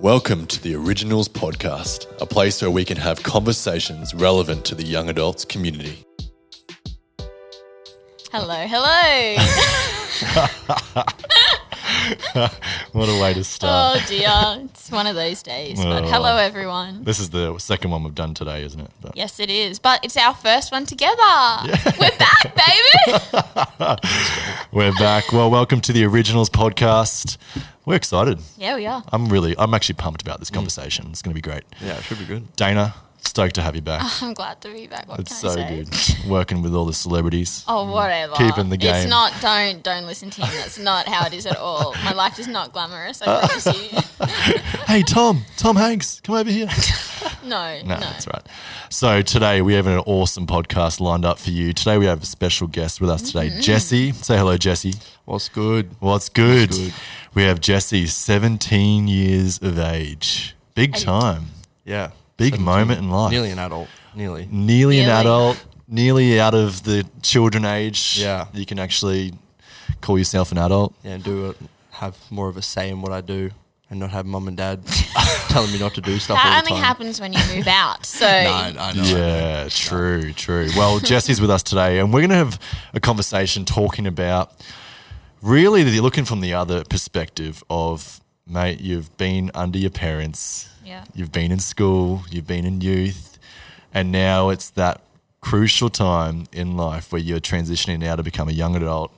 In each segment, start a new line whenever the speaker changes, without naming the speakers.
Welcome to the Originals Podcast, a place where we can have conversations relevant to the young adults community.
Hello, hello.
What a way to start.
oh dear, it's one of those days. But
Oh.
hello, everyone.
This is the second one we've done today, isn't it? But
Yes, it is. But it's our first one together. We're back, baby.
we're back. Well, welcome to the Originals podcast. We're excited.
yeah, we are.
I'm really, I'm actually pumped about this conversation. It's going to be great.
Mm. Yeah, it should be good.
Dana, stoked to have you back.
I'm glad to be back. What
it's
can
so
I say?
good working with all the celebrities.
Oh, whatever.
Keeping the
It's
game.
not. Don't don't listen to him. That's not how it is at all. My life is not glamorous. I promise you.
Hey, Tom, Tom Hanks, come over here.
No,
No,
no.
that's right. So today we have an awesome podcast lined up for you. Today we have a special guest with us today,
Mm-hmm.
Jesse. Say hello, Jesse.
What's good?
What's good?
good.
We have Jesse, 17 years of age. Big time.
Yeah.
Big moment in life.
Nearly an adult. Nearly.
Nearly an
Nearly.
adult, nearly out of the children age.
Yeah.
You can actually call yourself an adult.
yeah, do it, have more of a say in what I do, and not have mum and dad telling me not to do stuff. all
That
the
only
time.
happens when you move out. So
I, I know.
Yeah, true, true. Well, Jesse's with us today, and we're going to have a conversation talking about really the, looking from the other perspective of, mate, you've been under your parents,
Yeah.
you've been in school, you've been in youth, and now it's that crucial time in life where you're transitioning now to become a young adult.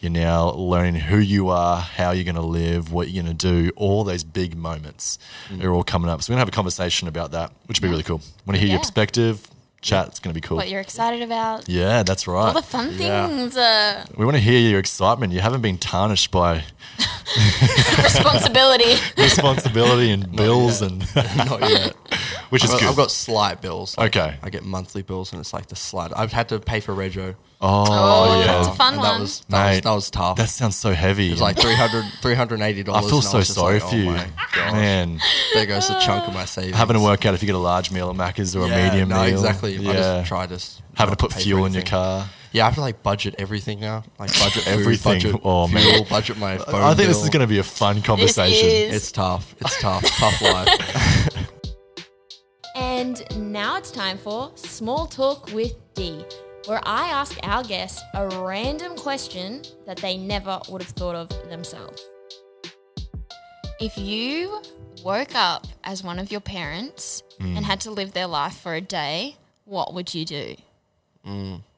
You're now learning who you are, how you're going to live, what you're going to do. All those big moments
Mm.
are all coming up. So we're going to have a conversation about that, which would be really cool. Want to hear your
Yeah.
perspective? Chat. It's going to be cool.
what you're excited about?
Yeah, that's
All
right.
the fun
Yeah.
things. Uh,
we want to hear your excitement. You haven't been tarnished by
responsibility.
responsibility and bills, and
Not yet.
which is
I've, got,
good.
I've got slight bills. Like,
Okay.
I get monthly bills, and it's like the slight. I've had to pay for rego.
oh,
Oh,
yeah,
that's a fun
and
one.
That was that,
Mate,
was that was tough.
that sounds so heavy.
it was like 300 $380.
I feel
and
so
was just
sorry
like,
for
oh
you,
my gosh.
man.
There goes a chunk of my savings.
Having to work out if you get a large meal at Macca's or
Yeah,
a medium
no,
meal.
exactly.
Yeah.
I just try to s-
Having to
not
put
pay for
fuel in your
anything.
car.
Yeah, I have to like budget everything now. Like budget food,
Everything.
budget
Oh, man.
fuel, budget my phone.
I think this is
bill.
going to be a fun conversation.
is.
It's tough. It's tough. tough life.
And now it's time for Small Talk with D, where I ask our guests a random question that they never would have thought of themselves.
If you woke up as one of your parents and had to live their life for a day, what would you do?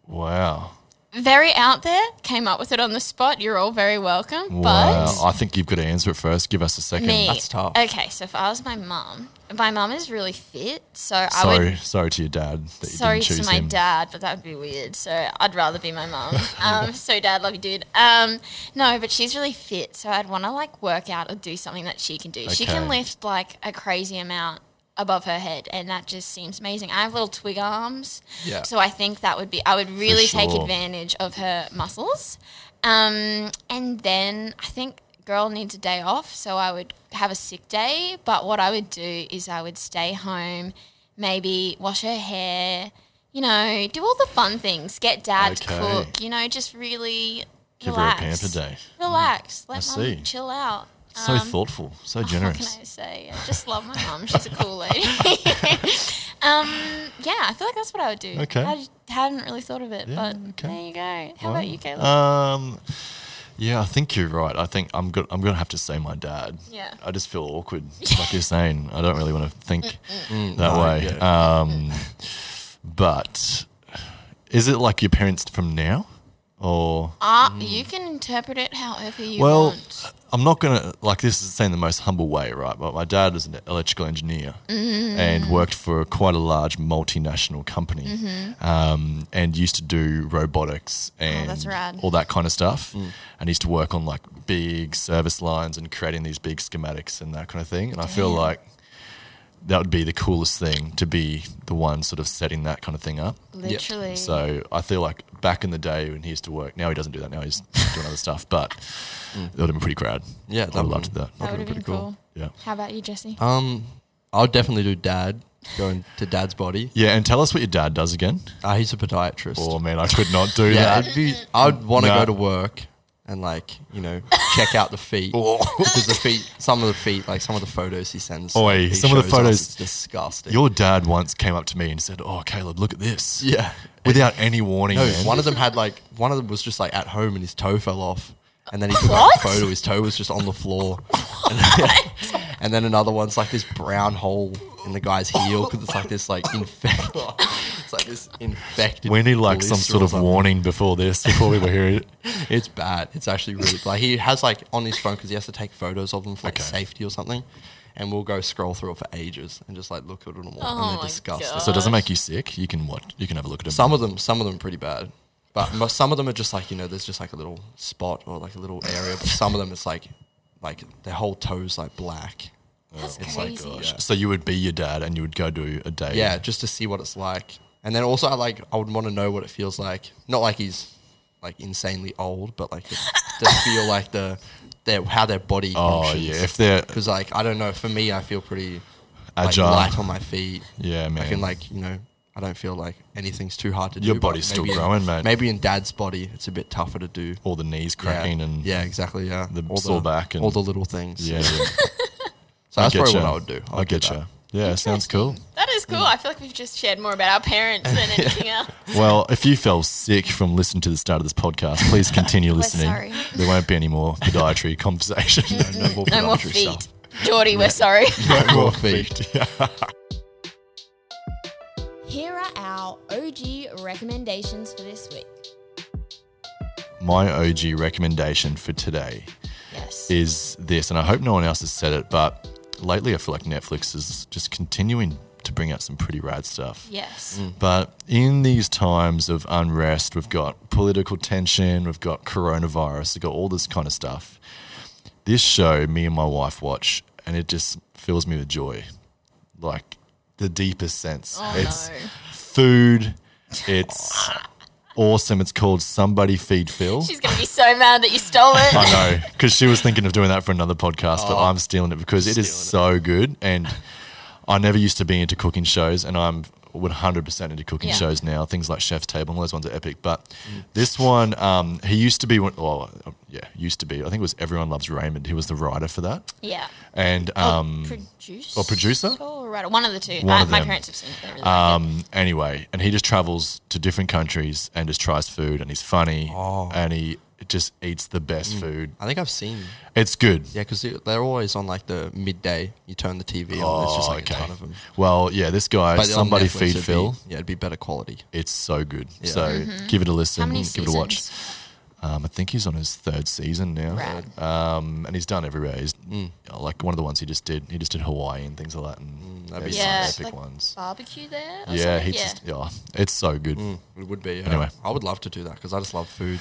Wow.
Very out there, came up with it on the spot. You're all very welcome.
Wow. I think you've got to answer it first. Give us a
But
second.
me.
That's tough.
Okay, so if I was my mum, my mum is really fit, so I
Sorry,
would.
sorry to your dad that you
Sorry
didn't choose
to my
him.
dad, but that would be weird. So I'd rather be my mum. Um, so dad, love you, dude. Um, no, but she's really fit, so I'd want to like work out or do something that she can do. She can
Okay.
lift like a crazy amount above her head, and that just seems amazing. I have little twig arms,
Yeah.
so I think that would be. I would really take
sure.
advantage of her muscles, um, and then I think girl needs a day off, so I would have a sick day. But what I would do is I would stay home, maybe wash her hair, you know, do all the fun things, get dad
Okay.
to cook, you know, just really
Give her a
relax.
pamper day. Mm.
Relax.
I
Let mum
see.
chill out.
So
Um,
thoughtful, so
what can
generous.
I say? I just love my mum. She's a cool lady. um, yeah, I feel like that's what I would do.
Okay.
I just hadn't really thought of it, but
okay.
there you go. How about you, Caleb?
Um, yeah, I think you're right. I think I'm go- I'm gonna have to say my dad.
Yeah.
I just feel awkward, like you're saying. I don't really want to think
Mm,
that
no,
way. Um, but is it like your parents from now, or
Ah, you can interpret it however you
Mm. well?
want.
I'm not gonna like this is saying the most humble way, right? But my dad is an electrical engineer
Mm.
and worked for quite a large multinational company, um, and used to do robotics and
Mm-hmm. Oh, that's rad.
all that kind of stuff. And used to work on like big service lines and creating these big schematics and that kind of thing. And I feel like that would be the coolest thing to be the one sort of setting that kind of thing up.
Literally.
So I feel like back in the day when he used to work, now he doesn't do that. Now he's doing other stuff, but it would have been pretty crowd.
Mm. Yeah,
I
that
would have loved that.
would've
that would have been
pretty
cool.
Yeah. Uh,
How about you, Jesse?
Um, I'll definitely do dad. Going to dad's body.
Yeah, and tell us what your dad does again.
Uh, he's a podiatrist.
Oh man, I could not do
yeah,
that.
I'd, be, I'd want to
Nah.
go to work and like you know check out the feet
Oh.
because the feet, some of the feet, like some of the photos he sends.
Oi,
he
Oh, some of the
shows us,
photos-
it's disgusting.
Your dad once came up to me and said, "Oh, Caleb, look at this."
yeah,
Without any warning,
no,
man.
one of them had like one of them was just like at home and his toe fell off, and then he took
What?
out the photo. His toe was just on the floor, and then, and then another one's like this brown hole in the guy's heel because it's like this like infected. It's like this infected.
we need like some sort
blister or
of
something.
warning before this, before we were here.
It's bad. It's actually really like he has like on his phone because he has to take photos of them for like
Okay.
safety or something, and we'll go scroll through it for ages and just like look at them all
Oh
and
my
they're disgusting.
God.
So it doesn't make you sick. You can watch. You can have a look at them.
Some of them, some of them pretty bad, but mo- some of them are just like you know, there's just like a little spot or like a little area. But some of them it's like like their whole toes like black.
That's
It's like,
crazy.
gosh.
So you would be your dad, and you would go do a day.
Yeah, just to see what it's like, and then also I like I would want to know what it feels like. Not like he's like insanely old, but like to, to feel like the their how their body.
Oh
functions.
yeah. If they're
because like I don't know. For me, I feel pretty
Agile.
like, light on my feet.
Yeah,
I
man.
can like you know I don't feel like anything's too hard to do.
Your
but
body's still
maybe-
growing, mate.
Maybe in dad's body, it's a bit tougher to do.
all the knees
Yeah.
cracking and
yeah, exactly. Yeah,
the sore back and-
all the little things.
yeah. yeah.
so that's
I get
probably
ya.
what I would do. I
I
would do
get
that.
you. Yeah, sounds cool.
That is cool. I feel like we've just shared more about our parents than anything else.
Well, if you fell sick from listening to the start of this podcast, please continue listening.
sorry.
There won't be any more podiatry conversation.
No more,
No more
podiatry
feet.
stuff.
Geordie, we're sorry.
No more feet.
Here are our OG recommendations for this week.
My OG recommendation for today
yes.
is this, and I hope no one else has said it, but lately I feel like Netflix is just continuing to bring out some pretty rad stuff.
Yes.
Mm. But in these times of unrest, we've got political tension, we've got coronavirus, we've got all this kind of stuff. This show, me and my wife watch, and it just fills me with joy, like the deepest sense.
Oh,
it's
no.
food. It's awesome. It's called Somebody Feed Phil.
She's going to be so mad that you stole it.
I know because she was thinking of doing that for another podcast, but I'm Oh. stealing it because it is so good. And I never used to be into cooking shows, and I'm 100% into cooking
Yeah.
shows now. Things like Chef's Table and all those ones are epic. But this one, um, he used to be, one- oh, yeah, used to be. I think it was Everyone Loves Raymond. He was the writer for that.
Yeah.
And
Oh,
um,
producer
or producer?
or writer. one of the two.
One
Uh,
of
my
them.
parents have seen it. They really like
Um, anyway, and he just travels to different countries and just tries food, and he's funny, and he just eats the best food.
I think I've seen.
It's good.
Yeah, because they're always on like the midday. You turn the TV on, it's just like a ton of them.
Oh, Well, yeah, this guy,
But on
somebody
Netflix,
feed
it'd be-
Phil.
yeah, it'd be better quality.
It's so good. So give it a listen.
Mm-hmm. How many
give it a watch. Um, I think he's on his third season now,
Rad.
um, and he's done everywhere. He's
Mm.
you know, like one of the ones he just did. He just did Hawaii and things like that, and
Mm, that'd
there's
be
some
Yeah,
epic
like
ones.
barbecue there. or
Yeah,
something?
he
yeah.
just yeah, it's so good.
It would be. Yeah.
Anyway.
I would love to do that because I just love food.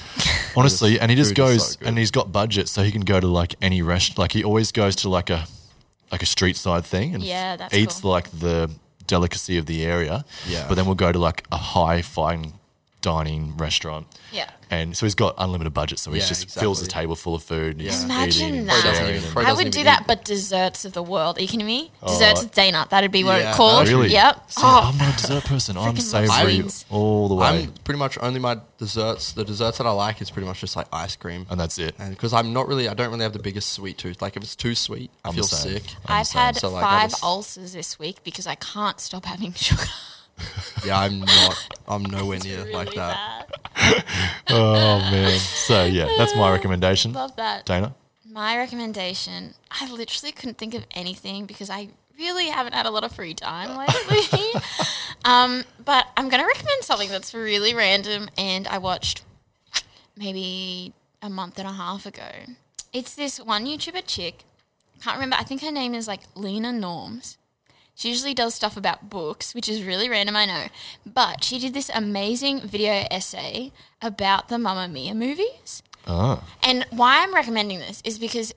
Honestly, and he just
Food is
goes
so good.
and he's got budget, so he can go to like any restaurant. Like he always goes to like a like a street side thing and
Yeah, that's
eats
cool.
like the delicacy of the area.
Yeah.
But then we'll go to like a high fine dining restaurant.
Yeah.
And so he's got unlimited budget, so he
Yeah,
just fills the
exactly.
table full of food. And he's
Imagine
eating and
that.
sharing
Probably doesn't
and-
even-
I
doesn't
would do
even
that,
eat.
but desserts of the world. Are you kidding me? Desserts of Dana. That'd be what
Yeah,
it's called.
that's
Really?
Yep.
See,
oh,
I'm not a dessert person. I'm
Freaking
savory
love sweets.
all the way.
I'm pretty much only my desserts. The desserts that I like is pretty much just like ice cream,
and that's it.
and because I'm not really, I don't really have the biggest sweet tooth. Like if it's too sweet, I
I'm the
feel
same.
sick.
I've had
So, like, I
five
just-
ulcers this week because I can't stop having sugar.
Yeah, I'm not. I'm nowhere near like
Really
that.
bad.
Oh man. So yeah, that's my recommendation.
Love that.
Dana.
My recommendation, I literally couldn't think of anything because I really haven't had a lot of free time lately. um, but I'm going to recommend something that's really random and I watched maybe a month and a half ago. It's this one YouTuber chick. Can't remember. I think her name is like Lena Norms. She usually does stuff about books, which is really random, I know. But she did this amazing video essay about the Mamma Mia movies.
Oh.
And why I'm recommending this is because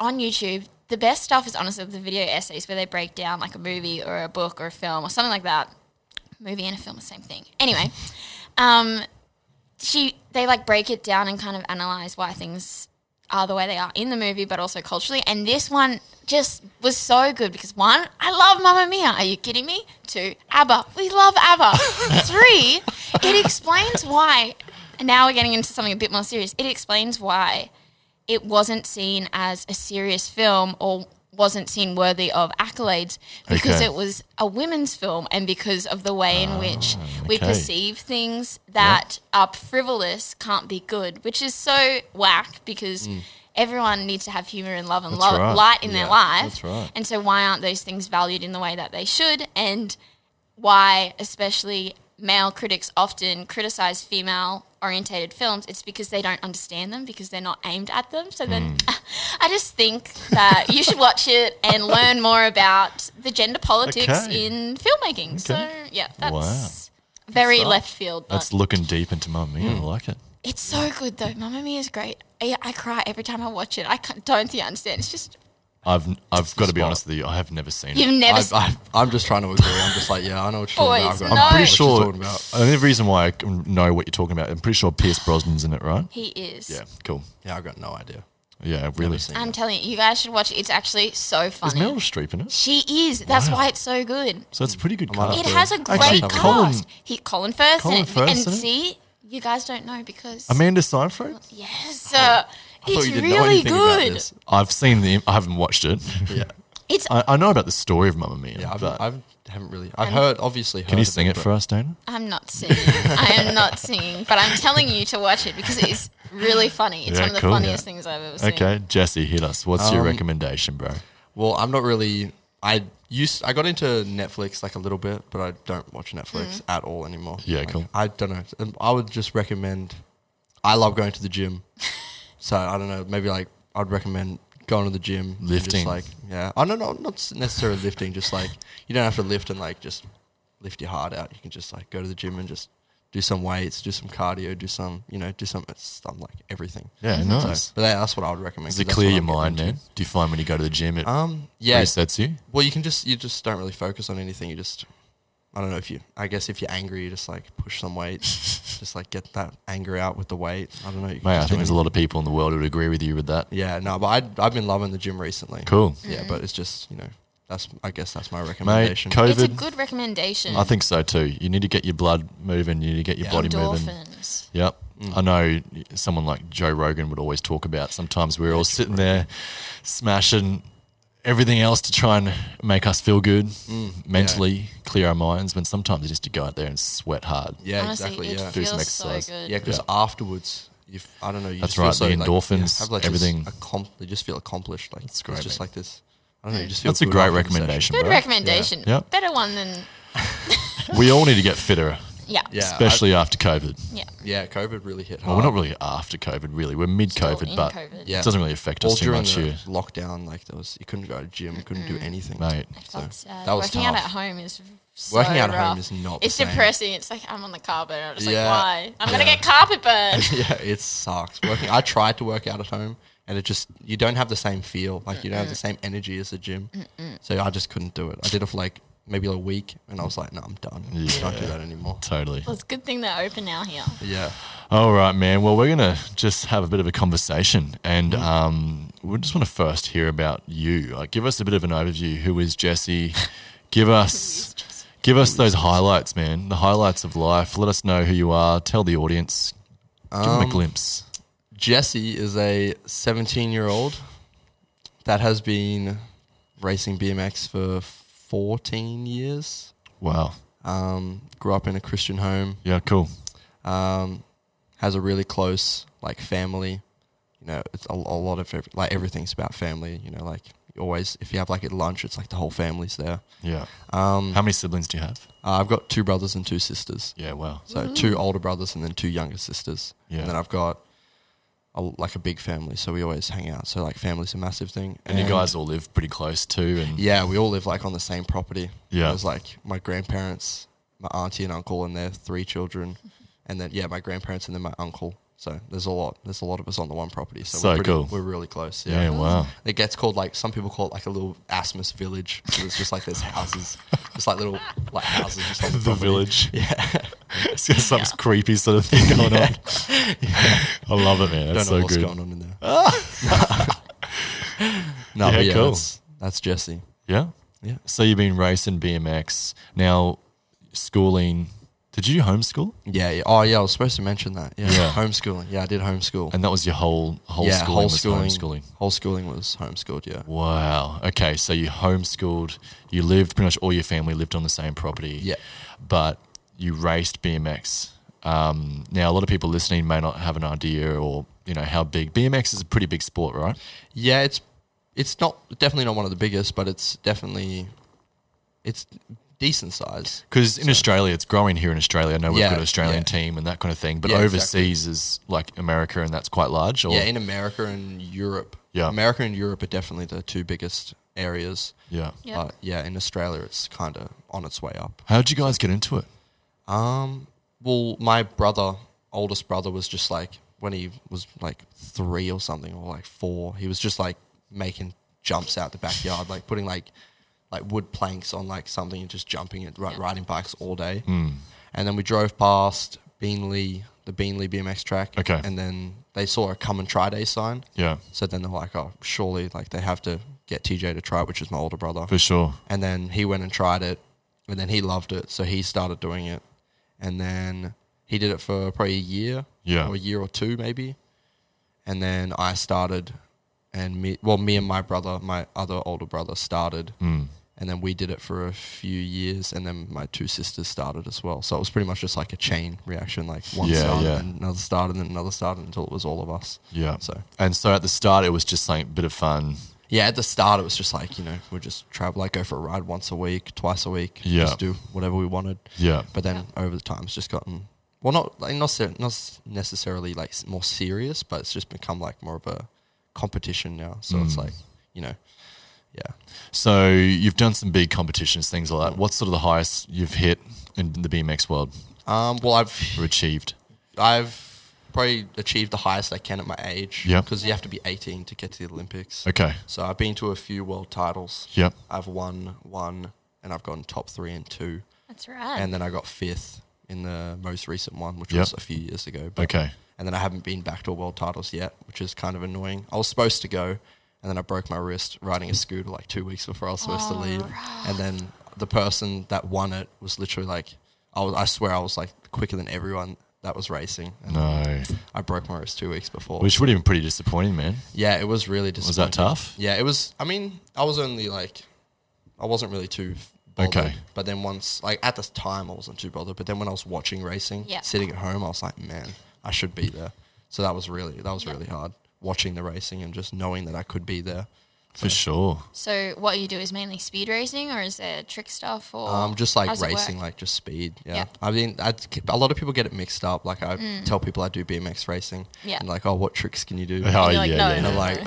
on YouTube, the best stuff is honestly the video essays where they break down like a movie or a book or a film or something like that. Movie and a film, are the same thing. Anyway, um, she they like break it down and kind of analyze why things are the way they are in the movie, but also culturally. And this one just was so good because one, I love Mamma Mia. Are you kidding me? Two, ABBA. We love ABBA. Three, it explains why And now we're getting into something a bit more serious. It explains why it wasn't seen as a serious film or wasn't seen worthy of accolades because
Okay.
it was a women's film and because of the way in which we
Ah, okay.
perceive things that are frivolous can't be good, which is so whack because everyone needs to have humor and love and
Mm. That's
lo-
right.
light in their life.
that's right.
And so why aren't those things valued in the way that they should and why, especially male critics, often criticize female orientated films, it's because they don't understand them because they're not aimed at them. So then
Hmm.
I just think that you should watch it and learn more about the gender politics
Okay.
in filmmaking. So,
Okay.
yeah,
Wow.
that's very left field. But
That's looking deep into Mamma Mia. I like it.
it's so good, though. Mamma Mia is great. I, I cry every time I watch it. I can't- don't think I understand. It's just,
I've I've got to be
Smart.
honest with you. I have never seen
you've
it.
never.
I,
s-
I, I'm just trying to agree. I'm just like, yeah, I know what you're talking
Boys,
about.
no.
I've got-
I'm
Pretty
what you're
sure.
talking about.
The only reason why I can know what you're talking about, I'm pretty sure Pierce Brosnan's in it, right?
he is.
Yeah, cool.
Yeah, I've got no idea.
Yeah, really.
seen
I'm telling you, you guys should watch it. It's actually so
Is
funny.
Meryl Streep in it?
She is. That's
Wow.
why it's so good.
So it's a pretty good
might
cast.
It
Yeah.
has a great
Actually,
cast.
Colin-
he Colin Firth,
Colin
in it.
Firth
and
in it?
see, you guys don't know because
Amanda Seyfried.
yes,
Oh,
uh,
I
it's
thought you didn't know
really
anything about
good.
this.
I've seen the. I haven't watched it.
Yeah,
It's
I, I know about the story of Mamma Mia.
yeah. I've,
but
I've haven't really. I've heard obviously. Heard
can you
of
sing it
but
for us, Dana?
I'm not singing. I am not singing, but I'm telling you to watch it because it's really funny. It's
Yeah,
one of the
cool.
funniest
Yeah.
things I've ever seen.
Okay, Jesse, hit us. What's
Um,
your recommendation, bro?
Well, I'm not really. I used. I got into Netflix like a little bit, but I don't watch Netflix at all anymore.
Yeah,
Like,
cool.
I don't know. Um, I would just recommend. I love going to the gym, so I don't know. Maybe like I'd recommend going to the gym, and
Lifting.
just like yeah. I don't know, not necessarily lifting. Just like you don't have to lift and like just lift your heart out. You can just like go to the gym and just do some weights, do some cardio, do some you know, do some some like everything.
Yeah, nice.
But that, that's what I would recommend.
Does it
'cause Mm-hmm. that's
clear
what
your
I'm getting
mind,
into.
man? Do you find when you go to the gym it
Um, yeah,
resets you?
well, you can just you just don't really focus on anything. You just I don't know if you I guess if you're angry, you just like push some weight, just like get that anger out with the weight. I don't know. You can
Mate, I
just
think
do
there's a lot of people in the world who would agree with you with that.
anything. Yeah, no, but I I've been loving the gym recently.
Cool.
Yeah,
Mm.
but it's just you know that's I guess that's my
Mate,
recommendation.
It's a
COVID,
good recommendation.
I think so too. You need to get your blood moving, you need to get your body moving.
Endorphins.
Yep.
Mm.
I know someone like Joe Rogan would always talk about sometimes we're all sitting there smashing everything else to try and make us feel good
Mm.
mentally, clear our minds, when sometimes you just to go out there and sweat hard.
yeah,
Honestly,
exactly.
it
Yeah,
Do some
feels so
exercise.
good.
yeah, because afterwards. If, I don't know. You
That's
just feel
right, the
so, like,
endorphins,
have, like, this
everything.
accom- you just feel accomplished. Like it's
great,
just
mate.
like this. I don't know. You just feel
That's a
good
great
after the session.
recommendation,
Good
bro.
recommendation.
Yeah.
Better one than
we all need to get fitter,
yeah.
Yeah,
especially after COVID.
Yeah.
I, yeah. COVID really hit hard.
Well, we're not really after COVID, really. We're mid COVID,
in
but
COVID.
Yeah.
it doesn't really affect
all
us too
during
much
the
here,
lockdown, like there was, you couldn't go to gym, couldn't do anything,
mate.
So
That's sad.
that was
Working out
tough.
at home is so
Working out at
rough.
home is not the
It's
same.
depressing. It's like I'm on the carpet. I'm just
Yeah.
like, why? I'm gonna
Yeah.
get carpet burn.
yeah, it sucks. Working, I tried to work out at home, and it just you don't have the same feel, like you don't have the same energy as the gym. So I just couldn't do it. I did it for like maybe a week, and I was like, no, I'm done. I can't do that anymore.
Totally.
well, it's a good thing they're open now here.
Yeah,
All right, man. Well, we're going to just have a bit of a conversation. And um, we just want to first hear about you. Like, give us a bit of an overview. Who is Jesse? Give us. Give us those highlights, man. The highlights of life. Let us know who you are. Tell the audience. Give
Um,
them a glimpse.
Jesse is a 17 year old that has been racing BMX for 14 years.
Wow.
Um, grew up in a Christian home.
Yeah, cool.
um, has a really close like family. You know, it's a, a lot of ev- like everything's about family. You know, like you always if you have like at lunch, it's like the whole family's there.
Yeah.
Um,
How many siblings do you have?
uh, I've got two brothers and two sisters.
Yeah, wow.
So two older brothers and then two younger sisters.
Yeah.
And then I've got a, like a big family, so we always hang out. So like family's a massive thing.
And you guys all live pretty close too. And
Yeah, we all live like on the same property.
Yeah.
There's like my grandparents, my auntie and uncle, and their three children, and then yeah, my grandparents and then my uncle. So there's a lot. There's a lot of us on the one property. So,
So
we're pretty,
cool.
We're really close.
yeah,
Yeah.
wow.
It gets called like some people call it like a little Asmus village. 'cause It's just like there's houses, just like little like houses just on the,
The
property.
village. Yeah. it's got some creepy sort of thing going on. I love it, man.
Don't
That's
know
so
what's
good.
going on in there. no,
Yeah,
but yeah,
cool.
that's, that's Jesse.
Yeah.
Yeah.
So you've been racing BMX. Now, schooling, Did you homeschool?
Yeah, yeah. Oh, yeah. I was supposed to mention that. Yeah.
Yeah.
Homeschooling. Yeah, I did homeschool.
And that was your whole whole
yeah,
schooling was
homeschooling.
homeschooling.
Homeschooling was homeschooled. Yeah.
Wow. Okay. So you homeschooled. You lived pretty much all your family lived on the same property.
Yeah.
But you raced BMX. Um, now a lot of people listening may not have an idea or you know how big BMX is a pretty big sport, right?
Yeah, it's it's not definitely not one of the biggest, but it's definitely it's decent size.
Because in Australia, it's growing here in Australia. I know we've
Yeah,
got an Australian
yeah.
team and that kind of thing, but
Yeah,
overseas is like America and that's quite large. Or,
Yeah, in America and Europe.
Yeah.
America and Europe are definitely the two biggest areas.
yeah.
Yeah.
But yeah, in Australia, it's kind of on its way up.
How'd you guys get into it?
Um, well, my brother, oldest brother, was just like when he was like three or something, or like four. He was just like making jumps out the backyard, like putting like like wood planks on like something and just jumping it, right, riding bikes all day.
Hmm.
Mm. And then we drove past Beanley, the Beanley BMX track.
Okay.
And then they saw a come and try day sign.
Yeah,
So then they're like, oh, surely like they have to get TJ to try it, which is my older brother
for sure.
and then he went and tried it and then he loved it so he started doing it and then he did it for probably a year
Yeah.
or a year or two maybe and then i started and me well me and my brother my other older brother started
Hmm.
and then we did it for a few years and then my two sisters started as well so it was pretty much just like a chain reaction like one
Yeah,
started
yeah.
and another started and another started until it was all of us
Yeah.
so
and so at the start, it was just like a bit of fun.
yeah, at the start it was just like you know we just travel, like go for a ride once a week, twice a week,
Yeah.
just do whatever we wanted.
Yeah.
But then over the time it's just gotten well, not like not ser- not s- necessarily like s- more serious, but it's just become like more of a competition now. So it's
Mm.
like you know, yeah,
So you've done some big competitions, things like that. What's sort of the highest you've hit in the BMX world
um, well I've
or achieved?
I've probably achieved the highest I can at my age.
Yeah.
because you have to be eighteen to get to the Olympics.
Okay.
So I've been to a few world titles.
Yep.
I've won one, and I've gone top three and two.
That's right.
and then I got fifth in the most recent one, which
Yep.
was a few years ago. But,
Okay.
And then I haven't been back to world titles yet, which is kind of annoying. I was supposed to go, and then I broke my wrist riding a scooter like two weeks before I was supposed to leave. And then the person that won it was literally like, I, was, I swear I was like quicker than everyone that was racing. And
No,
I broke my wrist two weeks before.
Mm. which would have been pretty disappointing, man.
yeah, it was really
Was
disappointing.
that tough?
Yeah, it was. I mean, I was only like, I wasn't really too bothered.
Okay.
But then once, like at the time, I wasn't too bothered. But then when I was watching racing,
Yeah.
sitting at home, I was like, man, I should be there. So that was really that was really hard watching the racing and just knowing that I could be there.
For sure.
so what you do is mainly speed racing, or is there trick stuff, or
Um, just
how
like
does it
racing,
work?
like just speed. Yeah.
Yeah. Mm.
I mean, I, a lot of people get it mixed up. Like I tell people I do BMX racing.
Yeah.
And like, oh, what tricks can you do?
Oh,
you're like, oh,
yeah,
no,
yeah.
And
no.
I'm like,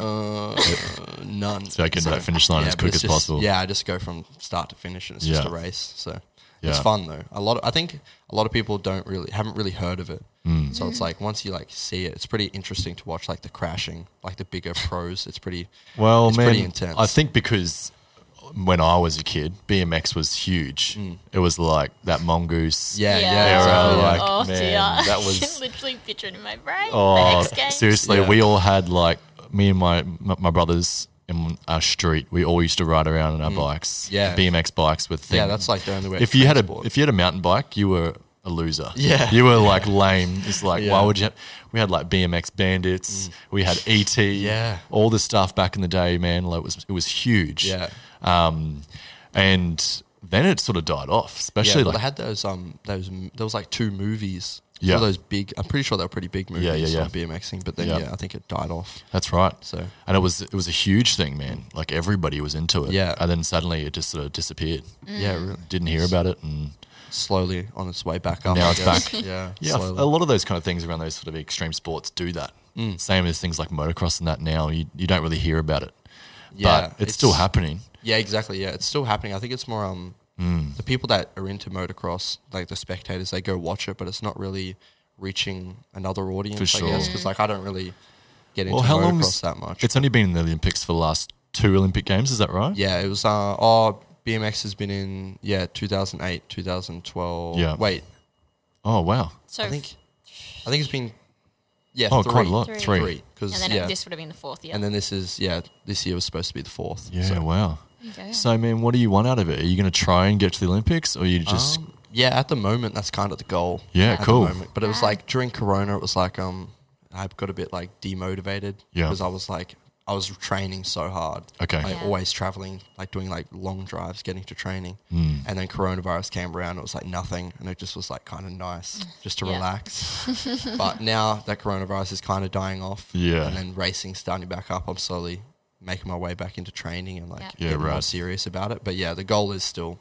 uh, none.
So I get to that finish line as
but
quick
it's
as
just-
possible.
Yeah, I just go from start to finish, and it's just
Yeah.
a race. So it's
Yeah.
fun though. A lot. Of, I think a lot of people don't really haven't really heard of it.
Mm.
So it's like once you like see it, it's pretty interesting to watch. Like the crashing, like the bigger pros. It's pretty.
Well,
it's
man,
pretty intense.
I think because when I was a kid, BMX was huge. It was like that mongoose.
Mm. Yeah, yeah.
Era,
exactly.
like,
oh
man,
dear,
that
I
was
can literally picture it in my brain.
Oh,
the X Games.
seriously,
Yeah.
we all had like me and my my, my brothers in our street. We all used to ride around on our bikes,
Mm. Yeah.
BMX bikes with things.
Yeah, that's like the only way.
if
to
you had a
transport.
if you had a mountain bike, you were a loser.
Yeah.
you were like lame. It's like why
Yeah. Mm.
would you? Have, we had like BMX bandits. We had ET.
Yeah.
all the stuff back in the day, man. Like it was it was huge.
yeah.
um, and then it sort of died off,
Yeah,
especially
well, they
like
had those um those m- there was like two movies.
Yeah.
Yeah, those big. I'm pretty sure they were pretty big movies
yeah, yeah.
on BMXing, but then
Yeah.
yeah, I think it died off.
That's right.
So-
and it was it was a huge thing, man. Like everybody was into it.
Yeah.
and then suddenly it just sort of disappeared.
Yeah, really.
Didn't hear about it, and
slowly on its way back up.
Now
I
it's
guess.
back.
Yeah,
yeah,
slowly.
a lot of those kind of things around those sort of extreme sports do that.
Mm.
Same as things like motocross and that. Now you you don't really hear about it,
Yeah,
but it's, still
it's-
happening.
Yeah, exactly. Yeah, it's still happening. I think it's more um
Mm.
the people that are into motocross, like the spectators, they go watch it, but it's not really reaching another audience.
For
I guess
sure.
because like I don't really get into
Well, how long
motocross that much.
It's only been in the Olympics for the last two Olympic games. Is that right?
yeah, it was. Uh, oh, BMX has been in yeah 2008, 2012.
Yeah.
Wait,
Oh wow.
So
I think I think it's been yeah
Oh,
three.
quite a lot.
Three.
Three.
three
and
because
then
yeah,
this would have been the fourth year.
and then this is yeah this year was supposed to be the fourth.
Yeah.
so-
Wow.
There you go.
So, man, what do you want out of it? Are you going to try and get to the Olympics, or you just
Um, Yeah, at the moment that's kind of the goal.
Yeah,
at the
cool.
moment. But it was like during Corona, it was like um, I got a bit like demotivated.
Yeah.
because I was like I was training so hard.
Okay.
like
Yeah.
always traveling, like doing like long drives, getting to training, mm. and then coronavirus came around. It was like nothing, and it just was like kind of nice just to
Yeah.
relax. but now that coronavirus is kind of dying off,
Yeah.
and then racing's starting back up. I'm slowly making my way back into training and like
Yeah.
Yeah,
getting more
right.
serious about it. But yeah, the goal is still.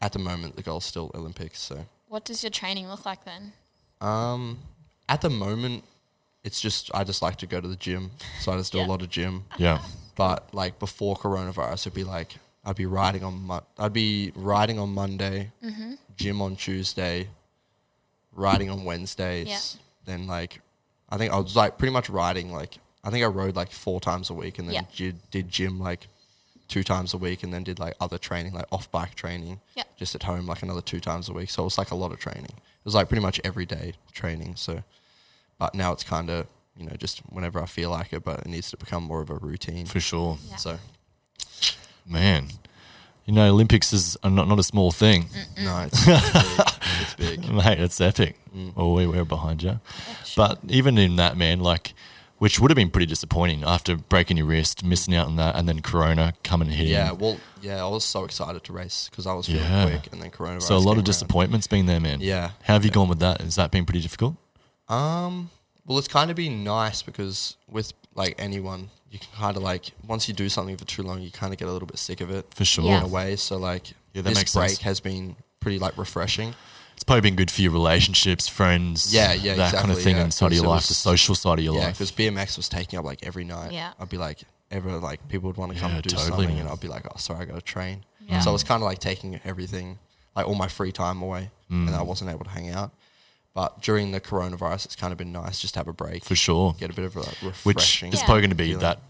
At the moment, the goal is still Olympics. So
What does your training look like then?
um, at the moment, it's just I just like to go to the gym, so I just do
Yeah.
a lot of gym.
Yeah.
But like before coronavirus, it'd be like I'd be riding on Mon- I'd be riding on Monday,
Mm-hmm.
gym on Tuesday, riding on Wednesdays.
Yeah.
Then like I think I was like pretty much riding like I think I rode like four times a week, and then
Yeah.
gy- did gym like two times a week, and then did like other training like off bike training
Yeah.
just at home like another two times a week. So it was like a lot of training. It was like pretty much everyday training. So, but now it's kind of you know just whenever I feel like it, but it needs to become more of a routine.
for sure.
So
Man, you know, Olympics is a, not, not a small thing.
no, it's, it's big. It's big.
Mate, it's epic.
Mm.
Oh, we were behind you. But even in that, man, like, which would have been pretty disappointing after breaking your wrist, missing out on that, and then Corona coming and hitting.
Yeah, well, yeah, I was so excited to race because I was feeling
Yeah.
quick, and then coronavirus.
So a lot
came
of
around.
disappointments being there, man.
Yeah.
How have you gone with that? Has that been pretty difficult?
Um, well, it's kind of been nice because with like anyone, you can kind of like once you do something for too long, you kind of get a little bit sick of it
For sure.
in a way. So like
Yeah, that
this
makes
break
sense.
has been pretty like refreshing.
It's probably been good for your relationships, friends,
Yeah, yeah,
that kind of
exactly,
thing
yeah.
inside of your
So
life,
it's-
the social side of your
Yeah,
life.
because BMX was taking up like every night.
Yeah.
I'd be like, ever like people would want to come
Yeah,
and do
totally,
something,
man.
and I'd be like, oh, sorry, I got to train.
Yeah.
So it was kind of like taking everything, like all my free time away, and
Mm.
I wasn't able to hang out. But during the coronavirus, it's kind of been nice just to have a break,
for sure.
get a bit of like
Which
refreshing.
is
Yeah.
probably going to be
feeling.
that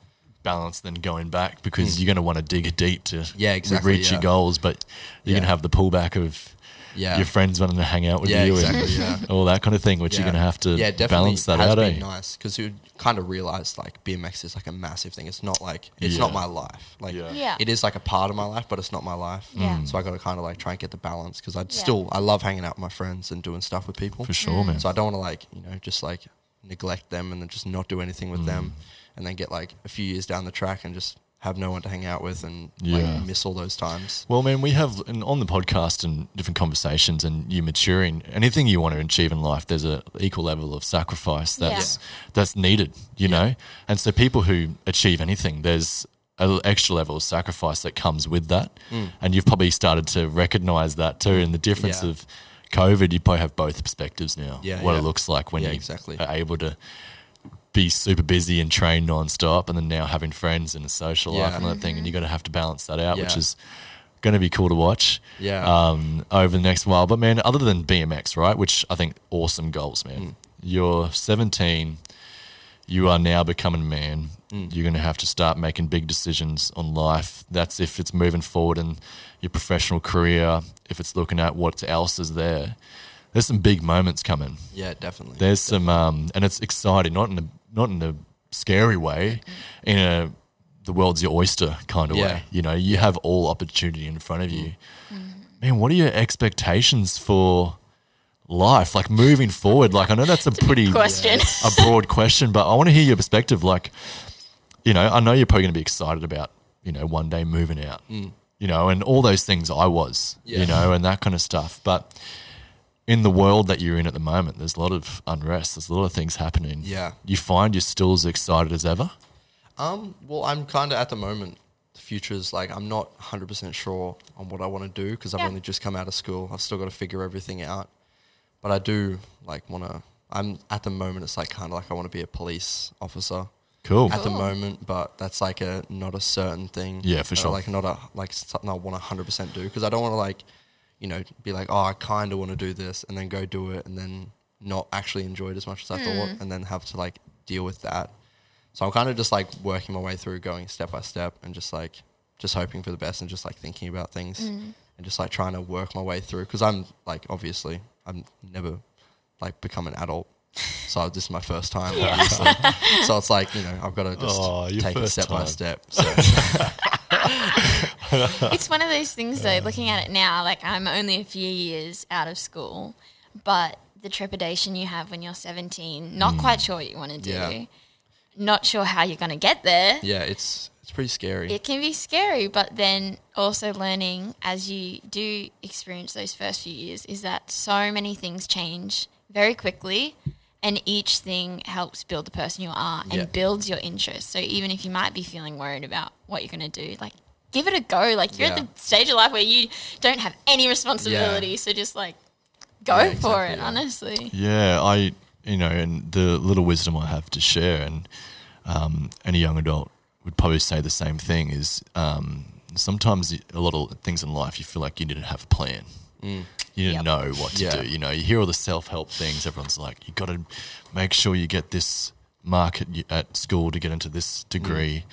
balance then going back because you're going to want to dig deep to
Hmm. Yeah, exactly,
reach your
yeah.
goals, but you're going to
Yeah.
have the pullback of
Yeah.
your friends wanting to hang out with
Yeah,
you
exactly, yeah.
and all that kind of thing, which you're
Yeah.
going to have to
yeah, definitely
balance that
has
out.
Been
eh?
nice because you kind of realize like BMX is like a massive thing. It's not like it's
Yeah.
not my life. Like
Yeah.
Yeah.
it is like a part of my life, but it's not my life.
Yeah. Mm.
So I got to kind of like try and get the balance because I
Yeah. Mm.
still I love hanging out with my friends and doing stuff with people.
For sure, man.
So I don't want to like you know just like neglect them and then just not do anything
Mm.
with them, and then get like a few years down the track and just have no one to hang out with and
Yeah.
like miss all those times.
Well, man, we have and on the podcast and different conversations, and you maturing. Anything you want to achieve in life, there's a equal level of sacrifice that's that's needed, you know. And so, people who achieve anything, there's an extra level of sacrifice that comes with that. And you've probably started to recognize that too. And the difference
Mm. Yeah.
of COVID, you probably have both perspectives now.
Yeah,
what
yeah.
it looks like when
Yeah,
you
exactly.
are able to be super busy and train nonstop, and then now having friends and a social life
Yeah.
and all that thing, and you're going to have to balance that out, which
Yeah.
is going to be cool to watch.
Yeah.
Um, over the next while, but man, other than BMX, right? Which I think awesome goals, man.
Mm.
You're 17. You are now becoming a man.
Mm.
You're going to have to start making big decisions on life. That's if it's moving forward in your professional career. If it's looking at what else is there. There's some big moments coming.
Yeah, definitely.
There's some, um, and it's exciting, not in a not in a scary way, in a the world's your oyster kind of
Mm-hmm. Yeah. Mm-hmm.
way. You know, you have all opportunity in front of you. Man, what are your expectations for life? Like moving forward. Like I know that's a pretty
question.
a broad question, but I want to hear your perspective. Like, you know, I know you're probably going to be excited about you know one day moving out. You know, and all those things I was,
Mm. Yeah.
you know, and that kind of stuff. But in the world that you're in at the moment, there's a lot of unrest. There's a lot of things happening.
Yeah.
You find you're still as excited as ever.
Um, well, I'm kind of at the moment. The future is like I'm not 100% sure on what I want to do because I've
Yeah.
only just come out of school. I've still got to figure everything out. But I do like want to. I'm at the moment. It's like kind of like I want to be a police officer
Cool.
at the
Cool.
moment, but that's like a not a certain thing.
Yeah, for
Uh,
sure.
Like not a like something I want to hundred percent do because I don't want to like, you know, be like, oh, I kind of want to do this and then go do it and then not actually enjoy it as much as I
Mm.
thought and then have to like deal with that. So I'm kind of just like working my way through, going step by step, and just like just hoping for the best and just like thinking about things and just like trying to work my way through because I'm like obviously I'm never like become an adult. So this is my first time. obviously. so it's like you know I've got to just
Oh, your
take it
first
step by
time.
step. So
it's one of those things though. Looking at it now, like I'm only a few years out of school, but the trepidation you have when you're 17, not quite sure what you want to do,
Yeah.
not sure how you're going to get there.
Yeah, it's it's pretty scary.
It can be scary, but then also learning as you do experience those first few years is that so many things change very quickly, and each thing helps build the person you are and
Yeah.
builds your interests. So even if you might be feeling worried about what you're going to do, like give it a go. Like you're
Yeah.
at the stage of life where you don't have any responsibility, so just like go
Yeah,
for
exactly,
it.
yeah.
Honestly,
Yeah, I you know, and the little wisdom I have to share, and um, any young adult would probably say the same thing is um, sometimes a lot of things in life you feel like you didn't have a plan. You didn't know what to
Mm. Yeah.
do. You know, you hear all the self help things. Everyone's like, you got to make sure you get this mark at, y- at school to get into this degree,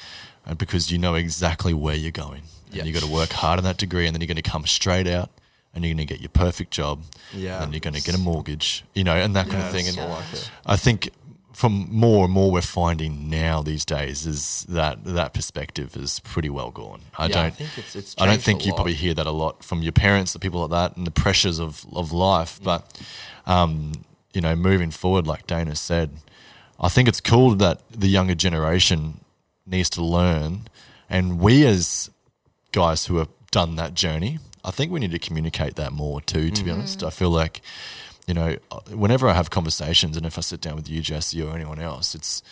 and because you know exactly where you're going.
Yeah.
And you got to work hard on that degree, and then you're going to come straight out and you're going to get your perfect job.
Yeah.
And you're going to get a mortgage, you know, and that kind of
Yeah,
thing.
it's
And
all like it.
I think from more and more we're finding now these days is that that perspective is pretty well gone. I
Yeah, I
don't
think it's- it's
I don't
changed a
think you
lot.
probably hear that a lot from your parents or people like that and the pressures of of
Mm.
life. But um, you know, moving forward, like Dana said, I think it's cool that the younger generation needs to learn, and we as guys who have done that journey, I think we need to communicate that more too.
Mm.
To be honest, I feel like you know, whenever I have conversations, and if I sit down with you, Jesse, or anyone else, it's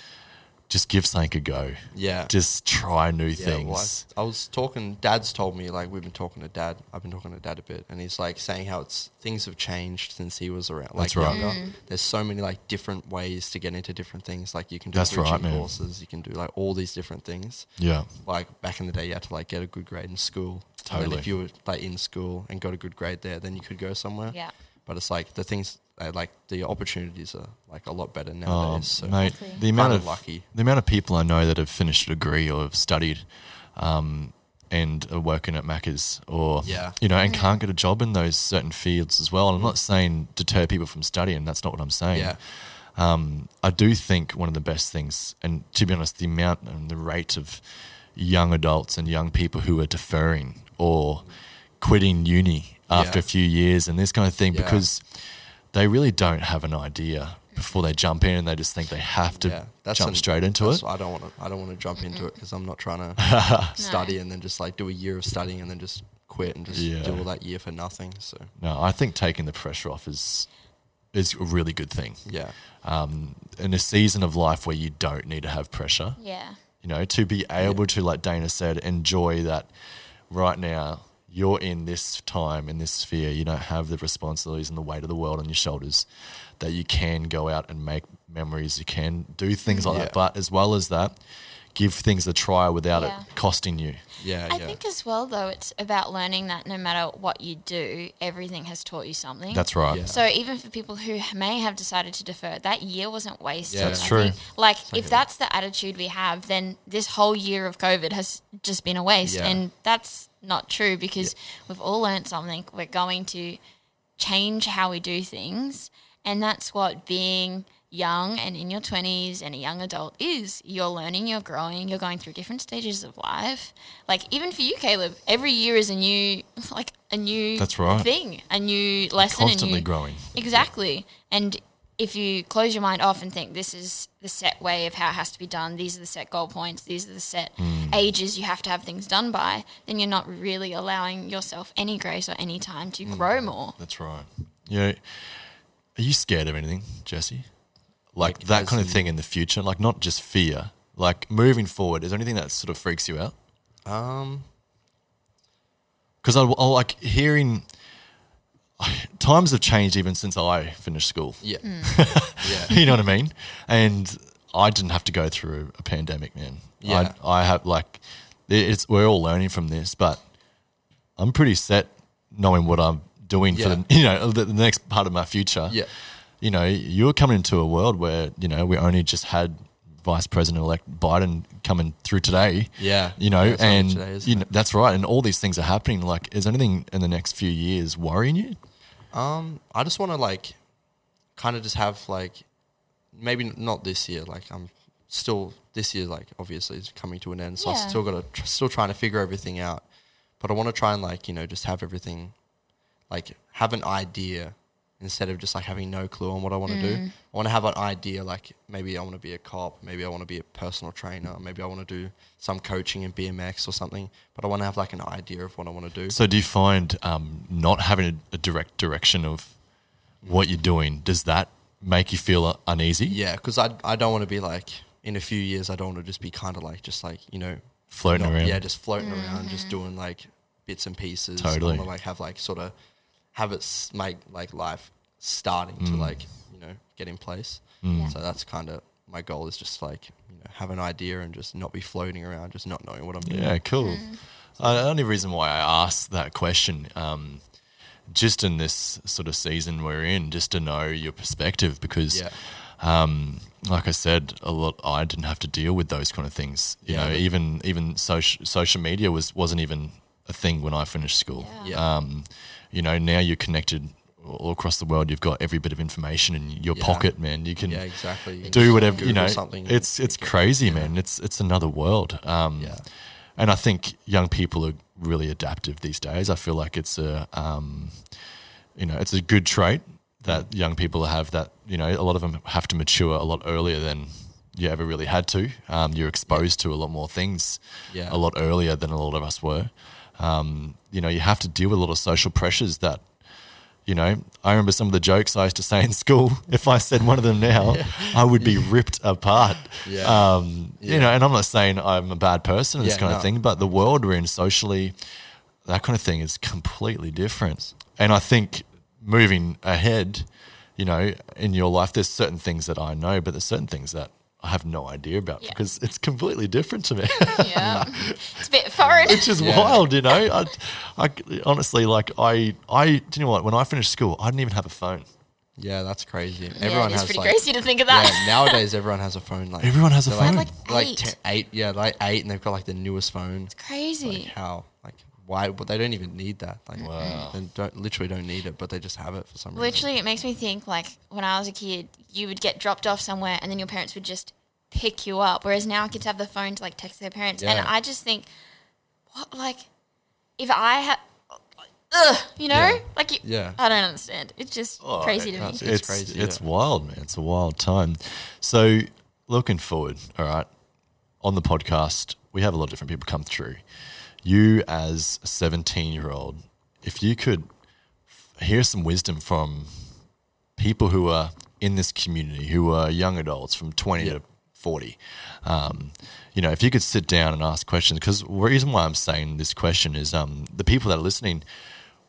just give something a go.
Yeah.
just try new
Yeah, well,
things.
I, I was talking. Dad's told me like we've been talking to dad. I've been talking to dad a bit, and he's like saying how it's things have changed since he was around. Like
That's right.
younger. There's so many like different ways to get into different things. Like you can do
That's right,
bridging
man.
courses. You can do like all these different things.
Yeah,
Like back in the day, you had to like get a good grade in school. And
Totally.
then if you were like in school and got a good grade there, then you could go somewhere.
Yeah.
But it's like the things uh, like the opportunities are like a lot better
Oh,
nowadays. so
mate,
Exactly.
the amount
Kinda
of
lucky.
the amount of people I know that have finished a degree or have studied, um, and are working at Macca's or
Yeah.
you know, and can't get a job in those certain fields as well. And I'm not saying deter people from studying. That's not what I'm saying.
yeah,
um, I do think one of the best things, and to be honest, the amount and the rate of young adults and young people who are deferring or quitting uni after
Yeah.
a few years and this kind of thing
Yeah.
because they really don't have an idea before they jump in and they just think they have to
yeah. That's
jump
an-
straight into
that's-
it.
I don't want to. I don't want to jump into it because I'm not trying to study and then just like do a year of studying and then just quit and just
Yeah.
do all that year for nothing. So
No, I think taking the pressure off is is a really good thing.
yeah,
Um, in a season of life where you don't need to have pressure,
yeah,
you know, to be able to, like Dana said, enjoy that right now. You're in this time, in this sphere. You don't have the responsibilities and the weight of the world on your shoulders that you can go out and make memories. You can do things like
Yeah.
that. But as well as that, give things a try without
Yeah.
it costing you.
yeah,
I
yeah.
think as well though it's about learning that no matter what you do, everything has taught you something.
That's right.
Yeah.
So even for people who may have decided to defer, that year wasn't wasted.
Yeah. That's
I
true.
think, like if that's the attitude we have, then this whole year of COVID has just been a waste,
Yeah.
and that's not true because we've all learned something. We're going to change how we do things, and that's what being young and in your 20s and a young adult is you're learning you're growing you're going through different stages of life like even for you Caleb every year is a new like a new
That's right.
thing a new lesson and
Constantly
you-
growing.
Exactly. And if you close your mind off and think this is the set way of how it has to be done, these are the set goal points, these are the set ages you have to have things done by, then you're not really allowing yourself any grace or any time to grow more.
That's right. Yeah. Are you scared of anything, Jesse? Like, that
as
kind of
in-
thing in the future? Like, not just fear, like moving forward, is there anything that sort of freaks you out?
Um,
because I, I like hearing times have changed even since I finished school.
yeah, yeah,
You know what I mean? And I didn't have to go through a pandemic, man.
Yeah.
I, I have like it- it's we're all learning from this, but I'm pretty set knowing what I'm doing for
Yeah.
the, you know the, the next part of my future.
Yeah.
You know, you're coming into a world where you know we only just had Vice President elect Biden coming through today.
Yeah.
You know,
Yeah, it's only
and
today, isn't
you
it?
know, that's right. And all these things are happening. Like, is anything in the next few years worrying you?
Um, I just want to like, kind of just have like, maybe n- not this year. Like I'm still this year. Like obviously it's coming to an end, so
Yeah.
I still got to tr- still trying to figure everything out. But I want to try and like you know just have everything, like have an idea instead of just like having no clue on what I want to do. I want to have an idea. Like maybe I want to be a cop. Maybe I want to be a personal trainer. Maybe I want to do some coaching in BMX or something. But I want to have like an idea of what I want to do.
So, do you find um, not having a, a direct direction of what you're doing does that make you feel uh, uneasy?
Yeah, because I I don't want to be like in a few years. I don't want to just be kind of like just like you know
Floating
not-
around.
Yeah, just floating
Mm-hmm.
around, just doing like bits and pieces.
Totally.
I want to like have like sort of have it s- make like life starting to
Mm.
like you know get in place. So that's kind of my goal is just like you know have an idea and just not be floating around, just not knowing what I'm doing.
Yeah, cool.
Mm-hmm.
Uh, the only reason why I asked that question, um, just in this sort of season we're in, just to know your perspective, because,
Yeah.
um, like I said, a lot I didn't have to deal with those kind of things. You
Yeah.
know, even even social social media was wasn't even a thing when I finished school.
Yeah.
Um, you know, now you're connected all across the world. You've got every bit of information in your
Yeah.
pocket, man. You can
Yeah, exactly. You can
do
just
whatever you
Google
know.
something and
It's it's crazy, man. It's it's another world. Um,
Yeah.
and I think young people are really adaptive these days. I feel like it's a um, you know it's a good trait that young people have. That you know a lot of them have to mature a lot earlier than you ever really had to. Um, you're exposed to a lot more things
Yeah.
a lot earlier than a lot of us were. Um, you know you have to deal with a lot of social pressures that you know, I remember some of the jokes I used to say in school. If I said one of them now, I would be ripped apart.
Yeah.
Um, You know, and I'm not saying I'm a bad person, and this
Yeah,
kind of
no.
thing, but the world we're in socially, that kind of thing is completely different. And I think moving ahead, you know, in your life, there's certain things that I know, but there's certain things that I have no idea about
Yeah.
because it's completely different to me.
Yeah. it's a bit foreign.
which is wild, you know. I, I honestly like I I do you know what? When I finished school, I didn't even have a phone.
yeah, that's crazy.
yeah,
Everyone
it's
has
pretty
like
crazy to think of that.
yeah, nowadays everyone has a phone. Like
Everyone has a
they're,
phone.
like,
like
eight.
ten, eight, yeah, like eight, and they've got like the newest phone. Like
Crazy.
how, like why? But they don't even need that. Like they don't literally don't need it, but they just have it for some reason.
Literally, it makes me think like when I was a kid, you would get dropped off somewhere and then your parents would just pick you up. Whereas now kids have the phone to like text their parents.
Yeah.
And I just think, what, like, if I had, ugh, you know,
Yeah.
like, you,
Yeah. Oh,
I don't understand. It's just crazy to me.
that's-
it's
It's
crazy.
crazy,
It's
yeah.
wild, man. It's a wild time. So looking forward, all right. On the podcast, we have a lot of different people come through. You as a seventeen year old, if you could hear some wisdom from people who are in this community, who are young adults from 20 to 40, um, you know, if you could sit down and ask questions, because the reason why I'm saying this question is um, the people that are listening,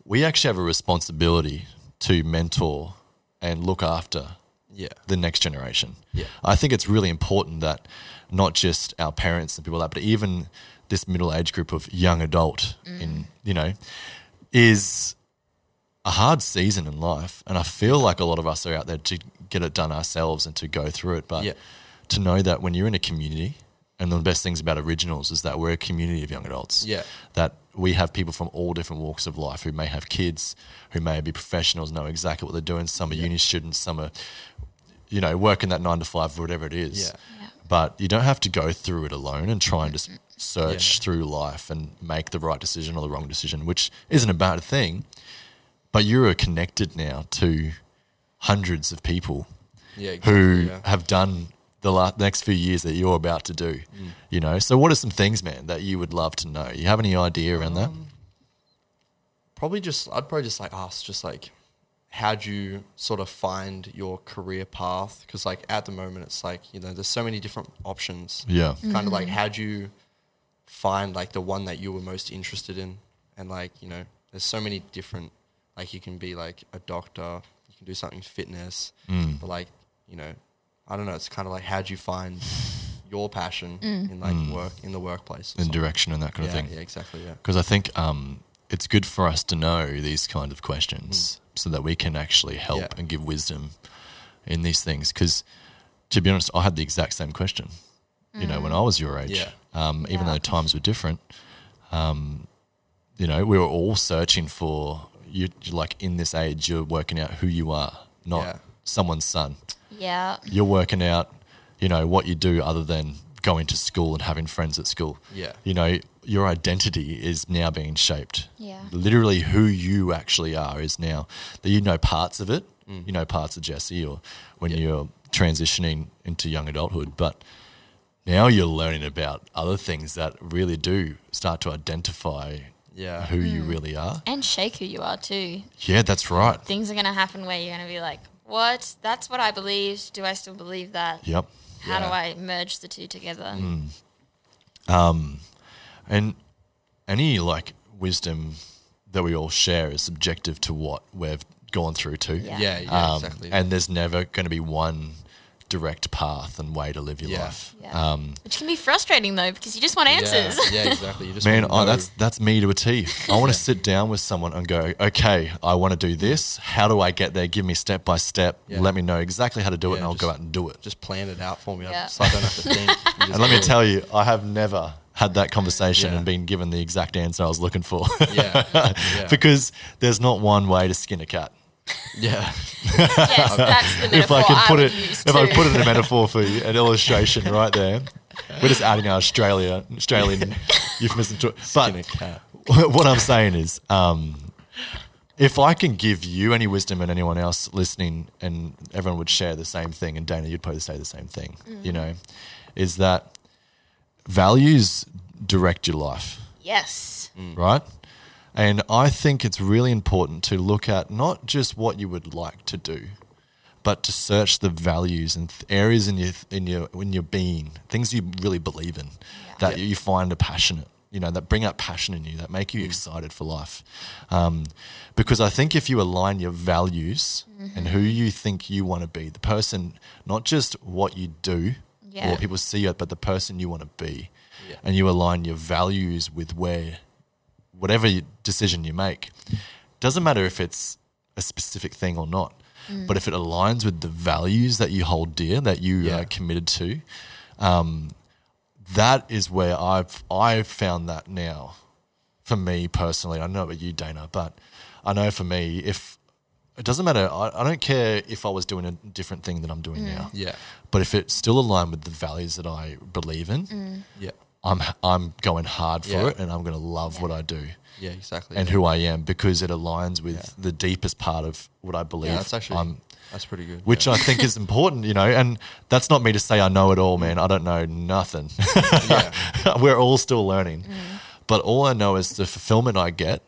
we actually have a responsibility to mentor and look after
Yeah.
the next generation.
Yeah.
I think it's really important that not just our parents and people like that, but even this middle age group of young adult
Mm.
in, you know, is a hard season in life. And I feel like a lot of us are out there to get it done ourselves and to go through it. But
Yeah.
to know that when you're in a community, and the best things about originals is that we're a community of young adults
Yeah.
that we have people from all different walks of life who may have kids, who may be professionals, know exactly what they're doing. Some are uni students, some are, you know, working that nine to five or whatever it is.
Yeah.
But you don't have to go through it alone and try and just search through life and make the right decision or the wrong decision, which isn't a bad thing. But you are connected now to hundreds of people
Yeah,
who
exactly, yeah.
have done the la- next few years that you're about to do.
Mm.
You know, so what are some things, man, that you would love to know? You have any idea around that?
Um, probably just I'd probably just like ask just like how do you sort of find your career path because like at the moment it's like you know there's so many different options
Yeah.
kind of like how do you find like the one that you were most interested in and like you know there's so many different like you can be like a doctor you can do something fitness
Mm.
but like you know i don't know it's kind of like how do you find your passion in like
Mm.
work in the workplace or
And
something.
direction and that kind of
yeah,
thing.
yeah exactly yeah
Because I think um, it's good for us to know these kind of questions so that we can actually help
Hmm. Yeah.
and give wisdom in these things. Because to be honest, I had the exact same question, you know, when I was your age.
Hmm. Yeah.
Um, even though times were different, um, you know, we were all searching for, you you're like in this age, you're working out who you are, not
Yeah.
someone's son.
Yeah.
You're working out, you know, what you do other than going to school and having friends at school.
Yeah.
You know, your identity is now being shaped.
Yeah.
Literally, who you actually are is now that you know parts of it.
Mm.
You know parts of Jesse, or when you're transitioning into young adulthood, but now you're learning about other things that really do start to identify
Yeah.
who you really are.
and shake who you are too.
Yeah, that's right.
Things are going to happen where you're going to be like, what? That's what I believed. Do I still believe that?
Yep.
How
Yeah. Mm.
do I merge the two together?
And any like wisdom that we all share is subjective to what we've gone through too.
Yeah.
Yeah, yeah,
Um,
exactly.
And there's never going to be one direct path and way to live your
Yeah.
life. Um,
Yeah. Which can be frustrating though, because you just want answers.
Yeah, yeah, exactly. You just
Man,
wanna
oh,
know.
that's that's me to a T. I want to sit down with someone and go, okay, I want to do this. How do I get there? Give me step by step.
Yeah.
Let me know exactly how to do it,
Yeah,
and I'll go
just-
out and do it.
just plan it out for me. I-
Yeah.
So I don't have to think. You just
and let me
do it.
tell you, I have never had that conversation
Yeah.
and been given the exact answer I was looking for.
Yeah, yeah.
because there's not one way to skin a cat.
yeah,
yes, that's the
if
metaphor
I could put
would
it,
use
if I
too.
put it in a metaphor for you, an illustration right there. We're just adding our Australia, Australian euphemism to it.
Skin a
But
cat.
what I'm saying is, um, if I can give you any wisdom and anyone else listening, and everyone would share the same thing, and Dana, you'd probably say the same thing, you know, is that values direct your life
yes.
Mm. right? And I think it's really important to look at not just what you would like to do, but to search the values and th- areas in your in your in your being, things you really believe in, that you find are passionate. You know that bring out passion in you, that make you excited for life. Um, because I think if you align your values and who you think you want to be, the person, not just what you do
Yeah.
or people see it, but the person you want to be,
Yeah.
and you align your values with where whatever you- decision you make doesn't matter if it's a specific thing or not but if it aligns with the values that you hold dear that you
Yeah.
are committed to um, that is where i've i've found that now for me personally i don't know about you dana but i know for me if it doesn't matter i, I don't care if i was doing a different thing than i'm doing now
yeah,
but if it still aligned with the values that i believe in
yeah,
i'm i'm going hard for
Yeah.
it and i'm going to love what i do
yeah, exactly.
and
yeah.
who I am because it aligns with the deepest part of what I believe.
Yeah, that's actually
I'm-
that's pretty good.
which
yeah.
I think is important, you know. And that's not me to say I know it all, man. I don't know nothing.
yeah, Mm.
We're all still learning. But all I know is the fulfillment I get.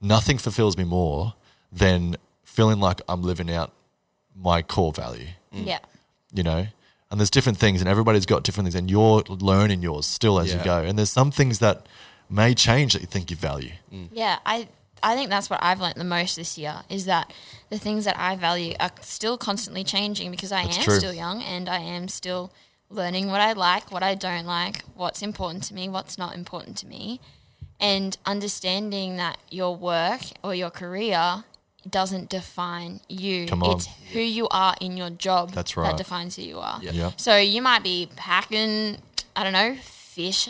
Nothing fulfills me more than feeling like I'm living out my core value,
Yeah.
you know. And there's different things, and everybody's got different things, and you're learning yours still as you
Yeah.
go. And there's some things that may change that you think you value.
Yeah, I I think that's what I've learnt the most this year is that the things that I value are still constantly changing because I
That's
am
true.
still young and I am still learning what I like, what I don't like, what's important to me, what's not important to me, and understanding that your work or your career doesn't define you.
Come on.
It's who you are in your job
That's right.
that defines who you are.
Yeah.
So you might be packing, I don't know, fish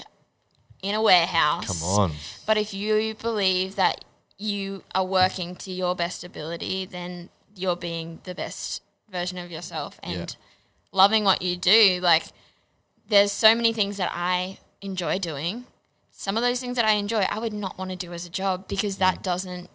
in a warehouse.
Come on.
But if you believe that you are working to your best ability, then you're being the best version of yourself and loving what you do. Like, there's so many things that I enjoy doing. Some of those things that I enjoy, I would not want to do as a job because that doesn't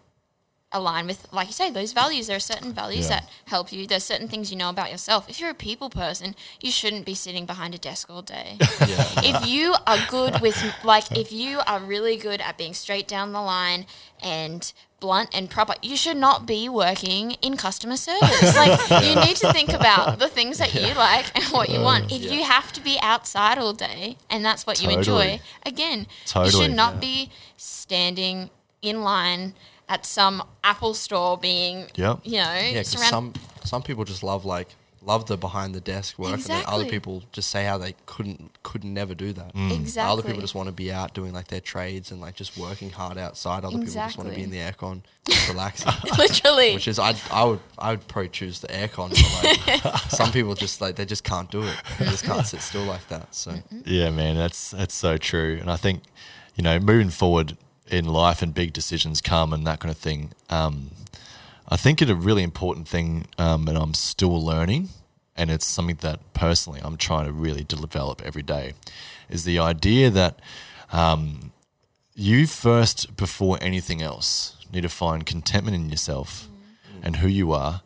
align with, like you say, those values. There are certain values
Yeah.
that help you. There's certain things you know about yourself. If you're a people person, you shouldn't be sitting behind a desk all day
yeah.
if you are good with like if you are really good at being straight down the line and blunt and proper you should not be working in customer service like you need to think about the things that you like and what you want if you have to be outside all day and that's what you enjoy
Totally.
again you
Totally.
should not be standing in line at some apple store being
Yep.
you know
Yeah, 'cause
surround-
some some people just love like love the behind the desk work, and then
Exactly.
other people just say how they couldn't could never do that.
Mm.
exactly
Other people just want to be out doing like their trades and like just working hard outside. Other people just want to be
Exactly.
in the aircon, just relaxing.
literally
Which is I I would I would probably choose the aircon. But like some people just like they just can't do it. They just can't sit still like that. So
Yeah, man, that's that's so true. And I think, you know, moving forward in life and big decisions come and that kind of thing. Um, I think it a really important thing, um, and I'm still learning, and it's something that personally I'm trying to really develop every day, is the idea that you first, before anything else, need to find contentment in yourself and who you are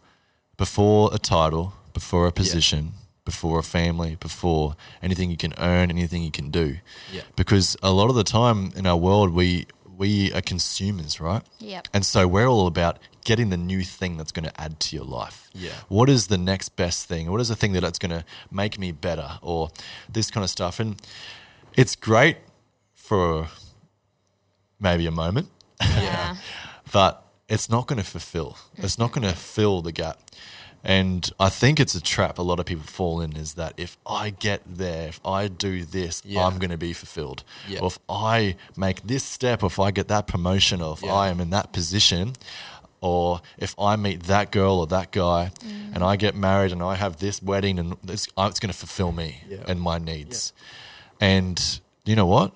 before a title, before a position, before a family, before anything you can earn, anything you can do.
Yeah.
Because a lot of the time in our world, we we are consumers, right?
Yep.
And so we're all about getting the new thing that's going to add to your life.
Yeah.
What is the next best thing? What is the thing that that's going to make me better or this kind of stuff? And it's great for maybe a moment,
Yeah.
but it's not going to fulfill. It's not going to fill the gap. And I think it's a trap a lot of people fall in is that if I get there, if I do this,
Yeah.
I'm going to be fulfilled.
Yeah.
Or if I make this step, or if I get that promotion, or if
Yeah.
I am in that position, or if I meet that girl or that guy
Mm.
and I get married and I have this wedding and it's, uh, it's going to fulfill me
Yeah.
and my needs. And you know what?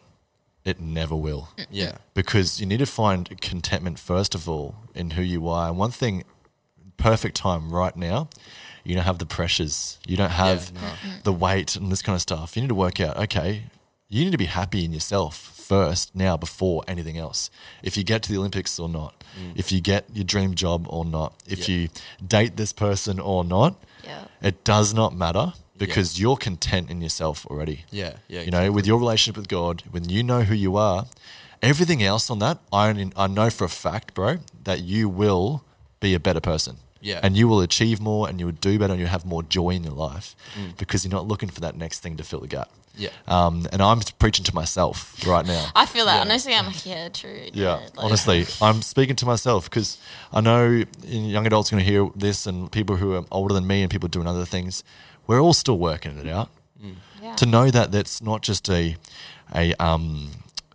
It never will
Yeah.
because you need to find contentment first of all in who you are. And one thing, perfect time right now, you don't have the pressures, you don't have
no. Mm.
the weight and this kind of stuff. You need to work out, okay, you need to be happy in yourself first now before anything else. If you get to the Olympics or not, if you get your dream job or not, if
Mm. Yeah.
you date this person or not,
Yeah.
it does not matter because you're content in yourself already.
Yeah, yeah,
You know, with your relationship with God, when you know who you are, everything else on that, I only, I know for a fact, bro, that you will be a better person.
Yeah.
And you will achieve more and you will do better and you'll have more joy in your life because you're not looking for that next thing to fill the gap.
Yeah.
Um, and I'm preaching to myself right now.
I feel that honestly. I'm like, yeah, true.
Yeah,
dude, like-
honestly, I'm speaking to myself because I know young adults are going to hear this, and people who are older than me and people doing other things, we're all still working it out.
Yeah.
To know that that's not just a a um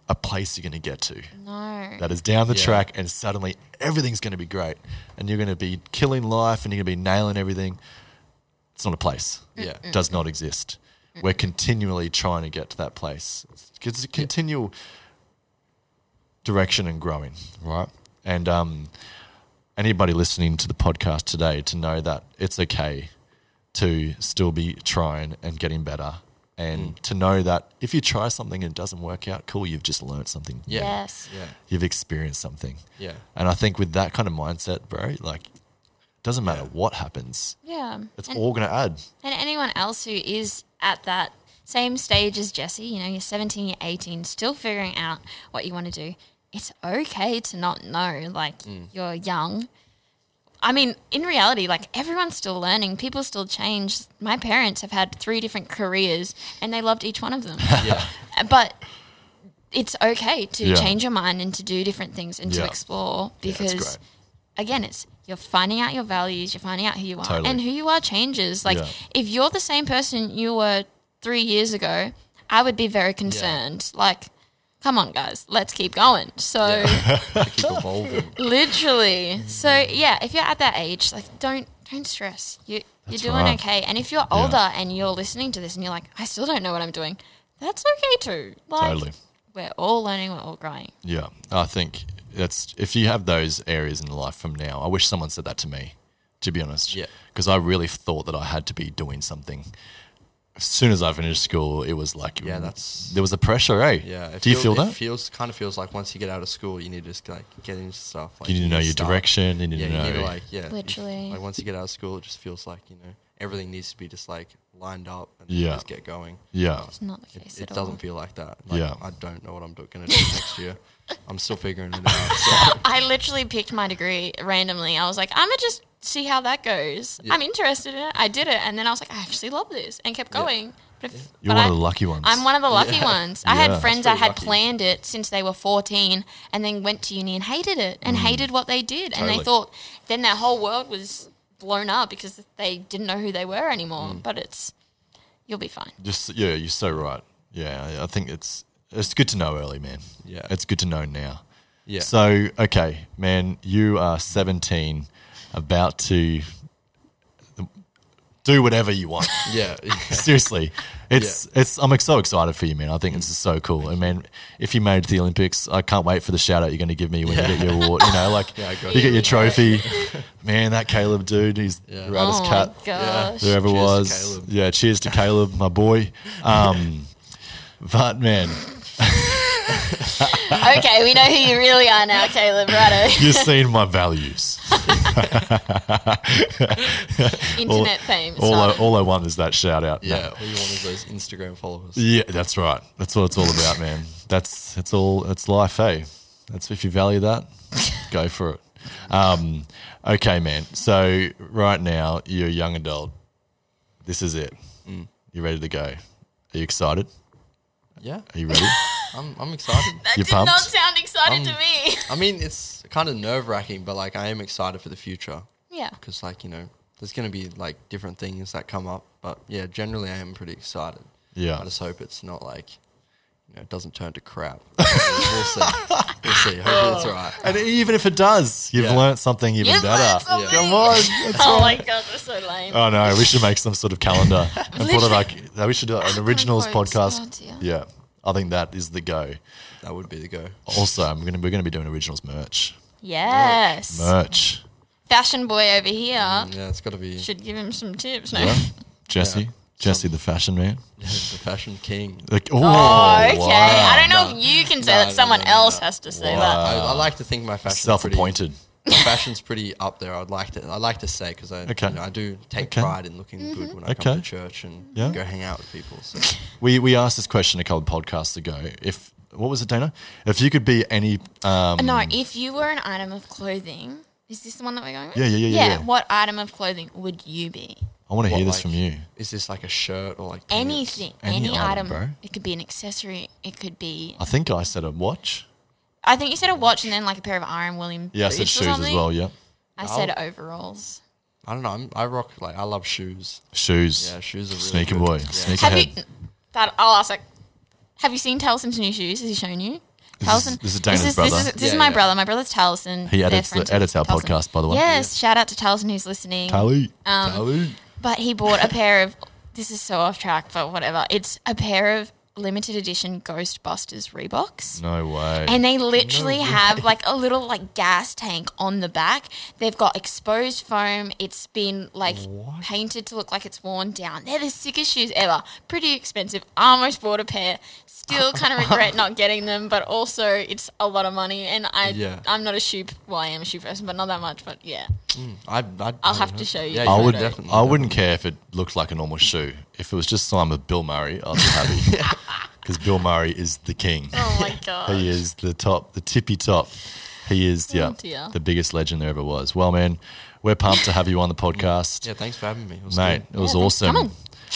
a place you're going to get to
no.
that is down the
Yeah.
track, and suddenly everything's going to be great, and you're going to be killing life, and you're going to be nailing everything. It's not a place.
Yeah.
It does not exist. We're continually trying to get to that place. It's a continual direction and growing, right? And um, anybody listening to the podcast today to know that it's okay to still be trying and getting better, and
Mm.
to know that if you try something and it doesn't work out, cool, you've just learned something.
Yeah.
Yes.
Yeah.
You've experienced something.
Yeah.
And I think with that kind of mindset, bro, like, doesn't matter what happens,
Yeah.
it's
And-
all going to add.
And anyone else who is at that same stage as Jesse, you know, you're 17, you're 18, still figuring out what you want to do, it's okay to not know. Like,
Mm.
you're young. I mean, in reality, like, everyone's still learning, people still change. My parents have had three different careers and they loved each one of them. Uh,
Yeah.
but it's okay to
Yeah.
change your mind and to do different things and to
Yeah.
explore
that's
because
great.
again it's you're finding out your values you're finding out who you are
Totally.
and who you are changes like
Yeah.
if you're the same person you were three years ago i would be very concerned like come on guys let's keep going so
Keep evolving.
literally so yeah if you're at that age like don't don't stress you
That's
you're doing
right.
okay and if you're older and you're listening to this and you're like i still don't know what i'm doing that's okay too like
Totally.
we're all learning we're all growing
Yeah, I think that's if you have those areas in life from now. I wish someone said that to me, to be honest.
Yeah.
because I really thought that I had to be doing something. As soon as I finished school, it was like
Yeah, that's-
there was a pressure, eh?
Yeah. it
Do you feel
feels-
that?
It feels kind of feels like once you get out of school, you need to just like get into stuff. Like,
you need to know your
start-
direction. You need
Yeah,
to know.
you need to like yeah. you-
Literally.
Like once you get out of school, it just feels like you know everything needs to be just like lined up and
Yeah.
just get going.
yeah,
it's not the case
It, it
at all
doesn't feel like that. Like,
Yeah.
I don't know what I'm going to do next year. I'm still figuring it out. So,
I literally picked my degree randomly. I was like, I'm gonna just see how that goes.
Yeah.
I'm interested in it. I did it, and then I was like, I actually love this, and kept going. But if,
you're one
but I,
of the lucky ones.
I'm one of the lucky ones. I
Yeah.
had friends that
That's
had
pretty lucky.
planned it since they were 14, and then went to uni and hated it, and hated what they did, and
Mm. Totally.
they thought then their whole world was blown up because they didn't know who they were anymore.
Mm.
But it's you'll be fine.
Just yeah, you're so right. Yeah, I- I think it's it's good to know early, man.
Yeah.
it's good to know now.
yeah.
So, okay, man, you are 17, about to do whatever you want.
yeah. yeah.
Seriously, it's it's. I'm so excited for you, man. I think this is so cool. And man, if you made it to the Olympics, I can't wait for the shout out you're going to give me when you get your award. You know, like
Yeah, I got
you get
it.
your trophy. man, that Caleb dude, he's
Yeah.
the raddest
oh
cat
my gosh.
whoever
Cheers to
was.
Caleb.
Yeah, cheers to Caleb, my boy. Um, but man,
okay, we know who you really are now, Caleb. Righto.
You've seen my values.
uh, Internet fame.
All I,
Simon.
all I want is that shout out. No.
Yeah, all you want is those Instagram followers.
Yeah, that's right. That's what it's all about, man. That's it's all it's life, hey. That's if you value that, go for it. Um, okay, man. So right now you're a young adult. This is it.
Mm.
You're ready to go. Are you excited?
Yeah,
Are you ready?
I'm, I'm excited.
that
you're
did not
pumped? Um,
sound excited to me.
I mean, it's kind of nerve wracking, but like I am excited for the future
yeah.
because, like, you know, there's going to be like different things that come up. But yeah, generally, I am pretty excited.
Yeah.
I just hope it's not like, you know, it doesn't turn to crap. we'll see. We'll see. Hopefully, it's all right.
Oh. And even if it does, you've
Yeah.
learnt something even
You've
better.
learned something.
Come on. That's
Oh
right.
my god, we're so lame.
Oh no, we should make some sort of calendar and put it
Literally.
like we should do an originals
quotes.
podcast.
Oh, dear.
yeah, I think that is the go.
That would be the go.
Also, I'm gonna we're gonna be doing originals merch.
Yes.
Merch.
Fashion boy over
Uh.
here
Yeah, it's got to be
should give him some tips. No.
Mm. Yeah. Jesse.
Yeah.
Jesse the fashion man.
the fashion king.
Like, oh,
Oh, okay.
wow.
I don't know
No.
if you can say
No,
that.
no,
Someone
no, no,
else
no.
has to say that.
I, I like to think my fashion
Uh. Self-appointed.
fashion's pretty up there. I'd like to. I like to say because I,
Okay.
you know, I do take
Okay.
pride in looking
Mm-hmm.
good when I come
Okay.
to church and
Yeah.
go hang out with people. So
We we asked this question a couple of podcasts ago. If what was it, Dana? If you could be any um
No, if you were an item of clothing, is this the one that we're going with?
Yeah, yeah, yeah, yeah, yeah.
What item of clothing would you be?
I want to hear
What,
this
like-
from you.
is this like a shirt or like pants?
Anything,
Any
any,
item,
item.
bro.
It could be an accessory. It could be.
I think I said a watch.
I think you said a watch and then like a pair of Iron William.
Yeah, I said
boots or
shoes as
something.
well, yeah.
I said overalls.
I don't know. I'm, I rock like I love shoes.
Shoes.
Yeah, shoes are really
Sneaker
good.
boy.
Yeah.
Sneaker
Have
head.
you? That I'll ask. Like, have you seen Talison's new shoes? Has he shown you?
This
Talison.
is- this is Dana's
this is,
brother.
This is, this
Yeah,
is my
yeah.
brother. My brother's Talison.
He
They're
edits the-
friends with
edits our
Taliesin.
podcast, by the way.
Yes, shout out to Talison who's listening.
Tally.
Um,
Tally.
But he bought a pair of. This is so off track, but whatever. It's a pair of limited edition Ghostbusters Reeboks.
No way.
And they literally have like a little like gas tank on the back. They've got exposed foam. It's been like painted to look like it's worn down. They're the sickest shoes ever. Pretty expensive. I almost bought a pair. Still kind of regret not getting them, but also it's a lot of money. And I
Yeah.
I'm not a shoe. Well, I am a shoe person, but not that much. But yeah,
I, I,
I'll have to show you.
Yeah,
the
I
you
would.
photo.
definitely.
I wouldn't care if it looked like a normal shoe. If it was just signed with Bill Murray, I'd be happy because Bill Murray is the king.
Oh my god.
He is the top, the tippy top. He is, yeah,
Oh, dear.
the biggest legend there ever was. Well, man, we're pumped to have you on the podcast,
Yeah, thanks for having me. It was
mate.
good.
It was
Yeah, thanks for
awesome.
coming.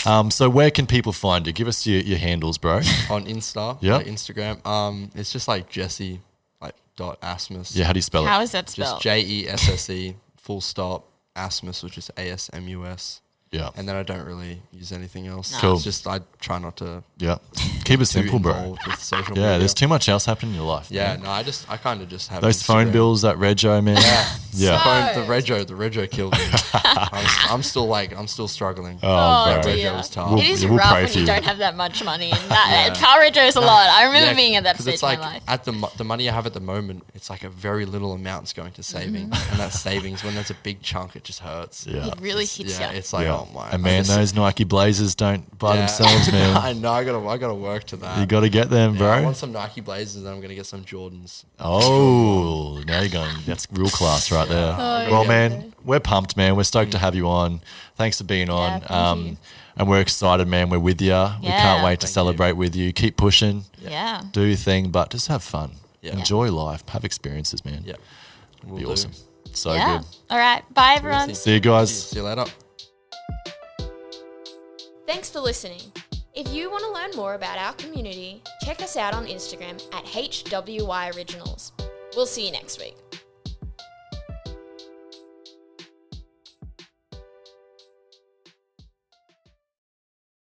Um, so, where can people find you? Give us your, your handles, bro.
On Insta,
Yeah.
like Instagram. Um, it's just like Jesse, like dot Asmus.
Yeah, how do you spell
How
it?
is that
just
spelled?
J E S S E full stop Asmus, which is A S M U S.
Yeah,
And then I don't really use anything else.
Cool.
It's just I try not to
yeah. Keep it
too
simple, bro.
involved with social
Yeah,
media.
there's too much else happening in your life.
Yeah,
man.
no, I just I kind of just have
those phone
Instagram.
bills that rego, man.
Yeah.
yeah.
Phone, the rego, the rego killed me. I'm, s- I'm still like I'm still struggling.
Oh,
bro.
dear.
Rego was tough.
it is
We'll
rough
pray
when
for
you,
you.
don't have that much money. And that, uh, Car rego is a lot. I remember being at that
'cause
stage
it's like
in my life.
at the mo- the money I have at the moment, it's like a very little amount's going to savings,
Mm-hmm.
and that savings when there's a big chunk, it just hurts.
Yeah.
It really hits
yeah,
you.
uh, it's like
Yeah.
oh my.
And man,
this-
those Nike Blazers don't buy
yeah.
themselves, man.
I know. I gotta I gotta work to that.
you got to get them,
Yeah, I
bro.
want some Nike Blazers, and I'm gonna get some Jordans.
Oh, now you're going. That's real class right there.
Oh,
well, man, we're pumped, man. We're stoked to have you on. Thanks for being on. Um,
thank you.
and we're excited, man. We're with you. We
Yeah.
can't wait to
Thank
celebrate with you. Keep pushing,
yeah.
do your thing, but just have fun.
Yeah.
Enjoy life. Have experiences, man.
Yeah, we'll
Be
do.
awesome. So
yeah.
good.
All right. Bye, everyone.
See you guys.
See you later.
Thanks for listening. If you want to learn more about our community, check us out on Instagram at HWY Originals. We'll see you next week.